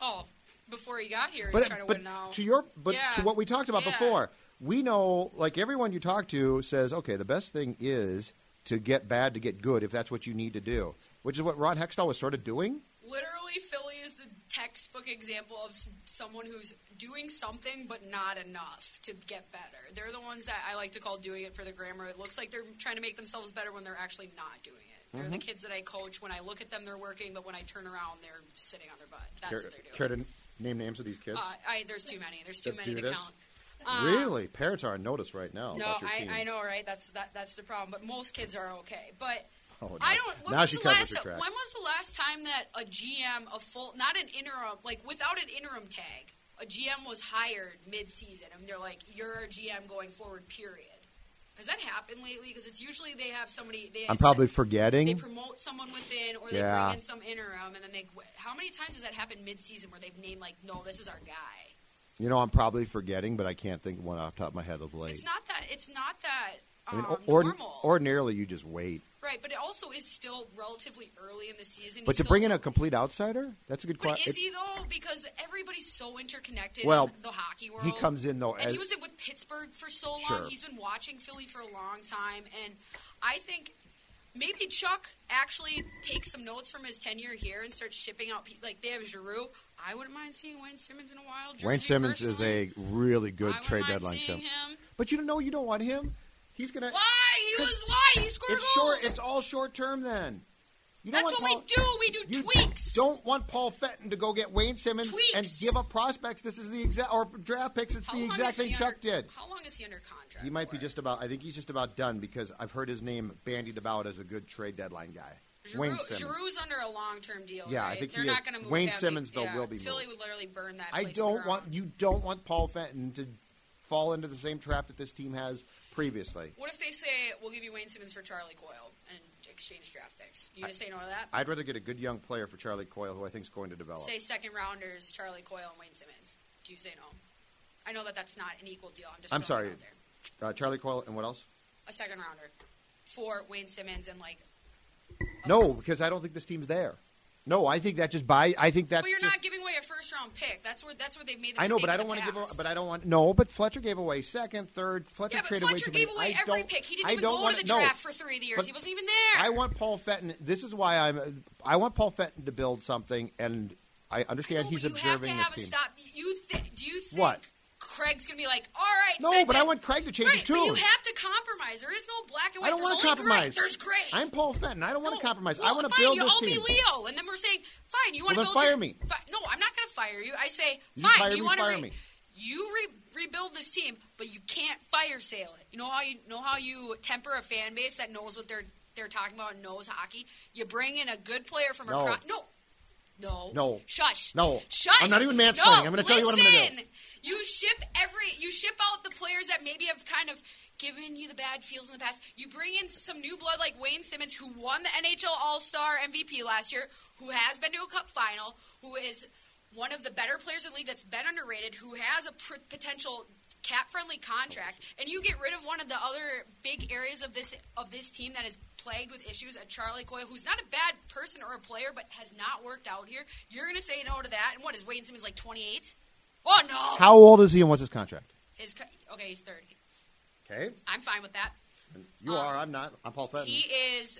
B: oh, before he got here,
A: but,
B: he's trying to
A: but
B: win now.
A: to your but to
B: Yeah.
A: what we talked about
B: Yeah.
A: before we know like everyone you talk to says okay the best thing is to get bad to get good if that's what you need to do which is what ron hextall was sort of doing
B: Literally, Philly is the textbook example of s- someone who's doing something but not enough to get better. They're the ones that I like to call doing it for the grammar. It looks like they're trying to make themselves better when they're actually not doing it. They're
A: Mm-hmm.
B: the kids that I coach. When I look at them, they're working, but when I turn around, they're sitting on their butt. That's
A: care,
B: what they're doing.
A: care to name names of these kids
B: Uh, I, there's too many. There's too
A: That
B: many
A: do
B: to
A: this?
B: count.
A: really parents are on notice right now
B: No,
A: about your
B: I,
A: team.
B: I know, right? That's that, that's the problem. But most kids are okay. But
A: Oh, now-
B: I don't. When
A: now
B: was
A: she
B: the
A: covers
B: last?
A: her
B: When
A: tracks.
B: was the last time that a GM, a full, not an interim, like without an interim tag, a GM was hired mid-season, and they're like, "You're a GM going forward." Period. Has that happened lately? Because it's usually they have somebody. They
A: i'm probably
B: They
A: forgetting
B: promote someone within, or they
A: Yeah.
B: bring in some interim, and then they. How many times has that happened mid-season where they've named like, "No, this is our guy."
A: you know i'm probably forgetting but i can't think of one off the top of my head of late
B: It's not that. It's not that.
A: i
B: Um,
A: mean or,
B: normal.
A: ordinarily you just wait
B: Right, but it also is still relatively early in the season.
A: but
B: He
A: to
B: still
A: bring in a
B: doesn't-
A: complete outsider that's a good
B: But
A: question
B: is he though? Because everybody's so interconnected
A: Well,
B: in the hockey world.
A: he comes in, though,
B: and he
A: as-
B: was with Pittsburgh for so long.
A: Sure.
B: He's been watching Philly for a long time, and I think maybe Chuck actually takes some notes from his tenure here and starts shipping out. pe- Like they have Giroux. I wouldn't mind seeing Wayne Simmons in a while.
A: Wayne Simmons is a really good
B: I wouldn't
A: trade
B: mind
A: deadline
B: seeing
A: chip.
B: him.
A: But you know you don't want him. He's gonna.
B: Why he was? Why he scored
A: It's
B: goals?
A: short. It's all short term. Then you
B: That's
A: don't want
B: what we do. We do
A: you
B: tweaks.
A: Don't want Paul Fenton to go get Wayne Simmons and
B: Tweaks.
A: give up prospects. This is the exact or draft picks. It's
B: How
A: the
B: long
A: exact
B: is
A: thing
B: he
A: Chuck
B: under-
A: did.
B: How long is he under contract?
A: He might be
B: for?
A: just about. I think he's just about done because I've heard his name bandied about as a good trade deadline guy.
B: Giroux,
A: Wayne Simmons.
B: Giroux's under a long-term deal.
A: Yeah, I
B: right?
A: think he
B: they're
A: is.
B: not going to move.
A: Wayne
B: that big-
A: Simmons, though,
B: yeah,
A: will be
B: Philly
A: moved.
B: would literally burn that.
A: I
B: place to the
A: don't
B: ground.
A: want you don't want Paul Fenton to fall into the same trap that this team has previously.
B: What if they say we'll give you Wayne Simmons for Charlie Coyle and exchange draft picks? You gonna say no to that?
A: I'd rather get a good young player for Charlie Coyle, who I think is going to develop.
B: say second rounders Charlie Coyle and Wayne Simmons. Do you say no? I know that that's not an equal deal. I'm just.
A: I'm
B: throwing
A: sorry,
B: it out there.
A: uh, Charlie Coyle, and what else?
B: A second rounder for Wayne Simmons and like.
A: No, because I don't think this team's there. No, I think that just buy. I think that's.
B: but you're
A: just,
B: not giving away a first round pick. That's where that's where they've made. The
A: I know,
B: mistake
A: but I
B: in
A: don't
B: the
A: want to give.
B: past.
A: But I don't want. No, but Fletcher gave away second, third. Fletcher
B: yeah, but
A: traded
B: Fletcher
A: away too
B: gave
A: many.
B: away
A: I
B: every
A: don't-
B: pick. He didn't
A: I
B: even
A: don't
B: go
A: wanna-
B: to the
A: no.
B: draft for three of the years.
A: But
B: he wasn't even there.
A: I want Paul Fenton. This is why I'm. I want Paul Fenton to build something, and I understand
B: No,
A: he's
B: but you have to
A: observing
B: have a
A: this team.
B: stop. You thi- do you think
A: What?
B: Craig's gonna be like, all right?
A: No,
B: Fenton.
A: but I want Craig to change
B: right,
A: his tune.
B: But you have to compromise. There is no black and white.
A: I don't
B: There's
A: want to
B: only
A: compromise.
B: Gray. There's gray.
A: I'm Paul Fenton. I don't want to compromise. I
B: well,
A: want to
B: fine,
A: build
B: you,
A: this
B: I'll
A: team.
B: be Leo, and then we're saying, fine, you want
A: Well,
B: to
A: then
B: build
A: fire
B: your,
A: me.
B: Fi- no, I'm not going to fire you. I say,
A: You
B: fine,
A: fire
B: you
A: me,
B: want to
A: fire
B: re-
A: me.
B: you re- rebuild this team, but you can't fire sale it. You know how you know how you temper a fan base that knows what they're they're talking about and knows hockey. You bring in a good player from
A: No.
B: across. No. No.
A: No.
B: Shush.
A: No.
B: Shush.
A: I'm not even mansplaining.
B: No,
A: I'm gonna tell you what I'm gonna do.
B: listen. You ship every. You ship out the players that maybe have kind of given you the bad feels in the past. You bring in some new blood like Wayne Simmons, who won the NHL All Star MVP last year, who has been to a Cup final, who is one of the better players in the league that's been underrated, who has a pr- potential cap friendly contract, and you get rid of one of the other big areas of this of this team that is plagued with issues at Charlie Coyle, who's not a bad person or a player, but has not worked out here. You're going to say no to that, and what is Wayne Simmons like 28? Oh no!
A: How old is he and what's his contract?
B: His co- okay, he's 30.
A: Okay,
B: I'm fine with that.
A: you are. I'm not. I'm Paul Fenton.
B: Um, He is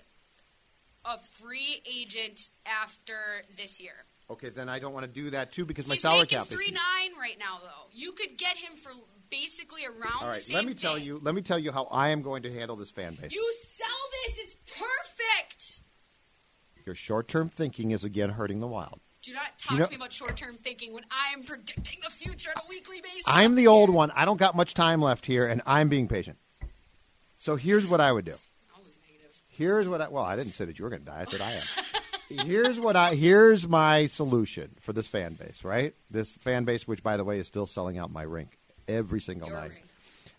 B: a free agent after this year.
A: okay, then I don't want to do that too because my
B: he's
A: salary
B: making
A: cap.
B: three
A: issues.
B: nine right now, though. You could get him for basically around
A: All
B: the
A: right,
B: same.
A: let me tell
B: thing.
A: you. Let me tell you how I am going to handle this fan base.
B: You sell this. It's perfect.
A: Your short-term thinking is again hurting the wild.
B: Do not talk
A: know-
B: to me about short term thinking when I am predicting the future on a weekly basis.
A: I'm the old one. I don't got much time left here, and I'm being patient. So here's what I would do.
B: Always negative.
A: Here's what I well, I didn't say that you were going to die. I said I am. here's what I here's my solution for this fan base, right? This fan base which by the way is still selling out my rink every single
B: Your
A: night.
B: rink.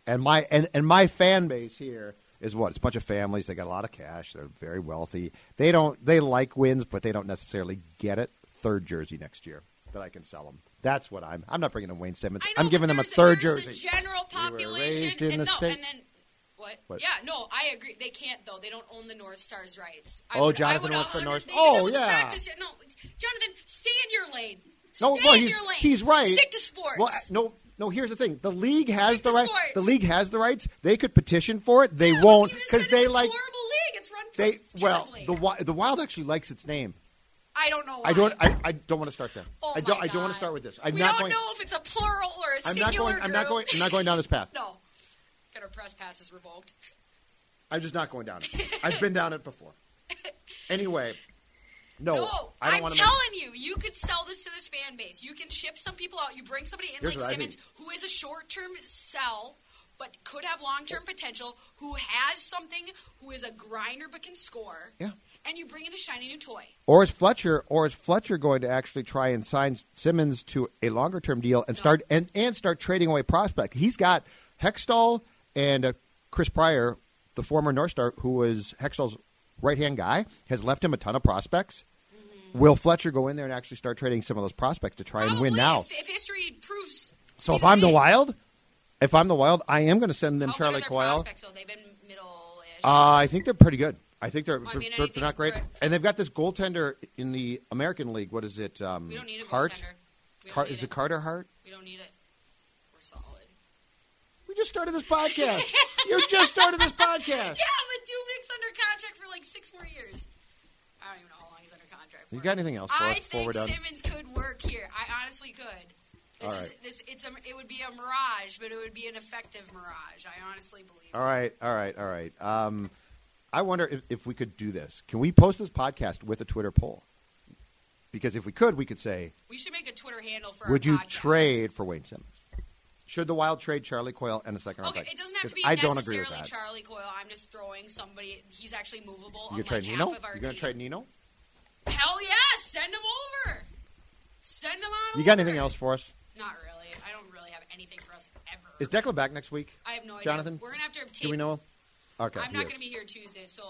A: And my and, and my fan base here is what? It's a bunch of families, they got a lot of cash, they're very wealthy. They don't they like wins, but they don't necessarily get it. Third jersey next year that I can sell them. That's what I'm. I'm not bringing them Wayne Simmons.
B: I know,
A: I'm
B: but
A: giving them a
B: there's-
A: third
B: there's
A: jersey.
B: The general population,
A: raised in
B: and
A: the
B: no,
A: state-
B: and then what?
A: What?
B: Yeah, no, I agree. They can't though. They don't own the North Star's rights. I
A: Oh,
B: would,
A: Jonathan
B: I would
A: wants the
B: 100
A: North-
B: they should have
A: Oh,
B: the
A: yeah.
B: practice- No, Jonathan, stay in your lane.
A: No,
B: stay
A: well,
B: in
A: he's,
B: your lane.
A: he's right.
B: Stick to sports.
A: Well, I- no, no. Here's the thing: the league has
B: Stick
A: the
B: to
A: right.
B: sports.
A: The league has the rights. They could petition for it. They
B: Yeah, but
A: won't
B: you just
A: because
B: said
A: they
B: it's a
A: like
B: horrible league. It's run
A: they. Well,
B: terribly.
A: the Wi- the Wild actually likes its name.
B: I don't know. Why.
A: I don't. I, I don't want to start there.
B: Oh
A: I don't.
B: my
A: I don't want to
B: God.
A: start with this. I'm
B: we
A: not
B: don't
A: going.
B: know if it's a plural or a
A: I'm
B: singular
A: not going. I'm not
B: group.
A: going. I'm not going down this path.
B: no, got our press passes revoked.
A: I'm just not going down it. I've been down it before. Anyway, no.
B: No,
A: Oh, I don't
B: I'm
A: want to.
B: telling you, you could sell this to this fan base. You can ship some people out. You bring somebody in
A: Here's
B: like
A: what I
B: Simmons,
A: think.
B: who is a short-term sell, but could have long-term potential, who has something, who is a grinder but can score.
A: Yeah.
B: And you bring in a shiny new toy.
A: Or is Fletcher or is Fletcher going to actually try and sign Simmons to a longer term deal and start and, and start trading away prospect? He's got Hextall and uh, Chris Pryor, the former North Star, who was Hextall's right hand guy, has left him a ton of prospects. Will Fletcher go in there and actually start trading some of those prospects to try and win
B: Probably,
A: now?
B: If, if history proves.
A: so
B: be
A: if I'm the
B: same.
A: Wild, if I'm the Wild, I am going to send them
B: How good are
A: Charlie
B: their
A: Coyle.
B: prospects, though? They've been middle-ish.
A: Uh, I think they're pretty good. I think they're
B: Well, I
A: they're,
B: mean,
A: they're
B: anything's
A: not great,
B: good.
A: and they've got this goaltender in the American League. What is it? Um,
B: we don't need a
A: Hart.
B: goaltender. We don't
A: Car-
B: need
A: is it Carter Hart?
B: We don't need it. We're solid.
A: We just started this podcast. you just started this podcast.
B: Yeah, but Dubnik's under contract for like like six more years. I don't even know how long he's under contract. For.
A: You got anything else for
B: I
A: us before we're
B: think
A: done?
B: Simmons could work here. I honestly could. This
A: All
B: is
A: right.
B: this. It's a. It would be a mirage, but it would be an effective mirage. I honestly believe.
A: All right, all right, all right. Um, I wonder if, if we could do this. Can we post this podcast with a Twitter poll? Because if we could, we could say,
B: We should make a Twitter handle for.
A: would
B: our
A: you
B: podcast.
A: trade for Wayne Simmons? Should the Wild trade Charlie Coyle and a second round
B: Okay,
A: pick?
B: it doesn't have to
A: 'Cause
B: be
A: I don't agree
B: necessarily
A: with that.
B: Charlie Coyle. I'm just throwing somebody. He's actually movable.
A: you gonna
B: unlike
A: trade
B: half
A: Nino?
B: of our
A: You gonna
B: team.
A: trade Nino?
B: Hell yeah! Send him over. Send him on.
A: You got
B: over.
A: anything else for us?
B: Not really. I don't really have anything for us ever.
A: Is Declan back next week?
B: I have no idea.
A: Jonathan?
B: We're gonna have to tape.
A: Do we know him? Okay.
B: I'm
A: he
B: not
A: is.
B: gonna be here Tuesday, so. uh,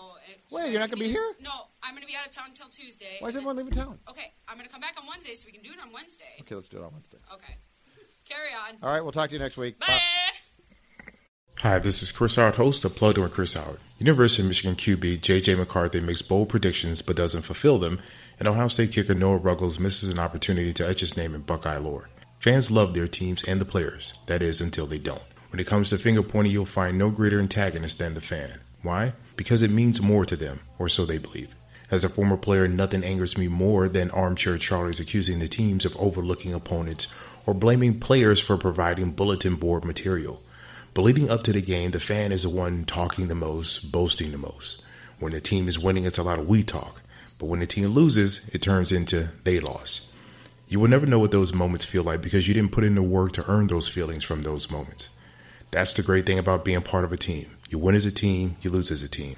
A: Wait,
B: you
A: you're
B: guys
A: not
B: can
A: gonna be here?
B: No, I'm gonna be out of town till Tuesday.
A: Why is
B: and
A: everyone
B: then-
A: leaving town?
B: Okay, I'm gonna come back on Wednesday, so we can do it on Wednesday.
A: Okay, let's do it on Wednesday.
B: Okay. Carry on.
A: All right, we'll talk to you next week.
B: Bye.
D: Hi, this is Chris Howard, host of Plugged In with Chris Howard. University of Michigan QB J.J. McCarthy makes bold predictions but doesn't fulfill them, and Ohio State kicker Noah Ruggles misses an opportunity to etch his name in Buckeye lore. Fans love their teams and the players, that is, until they don't. When it comes to finger pointing, you'll find no greater antagonist than the fan. Why? Because it means more to them, or so they believe. As a former player, nothing angers me more than armchair Charlies accusing the teams of overlooking opponents or blaming players for providing bulletin board material. But leading up to the game, the fan is the one talking the most, boasting the most. When the team is winning, it's a lot of we talk. But when the team loses, it turns into they lost. You will never know what those moments feel like because you didn't put in the work to earn those feelings from those moments. That's the great thing about being part of a team. You win as a team, you lose as a team.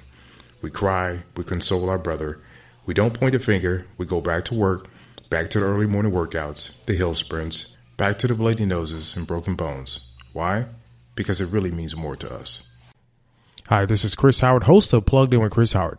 D: We cry, we console our brother, we don't point the finger, we go back to work, back to the early morning workouts, the hill sprints, back to the bloody noses and broken bones. Why? Because it really means more to us. Hi, this is Chris Howard, host of Plugged In with Chris Howard.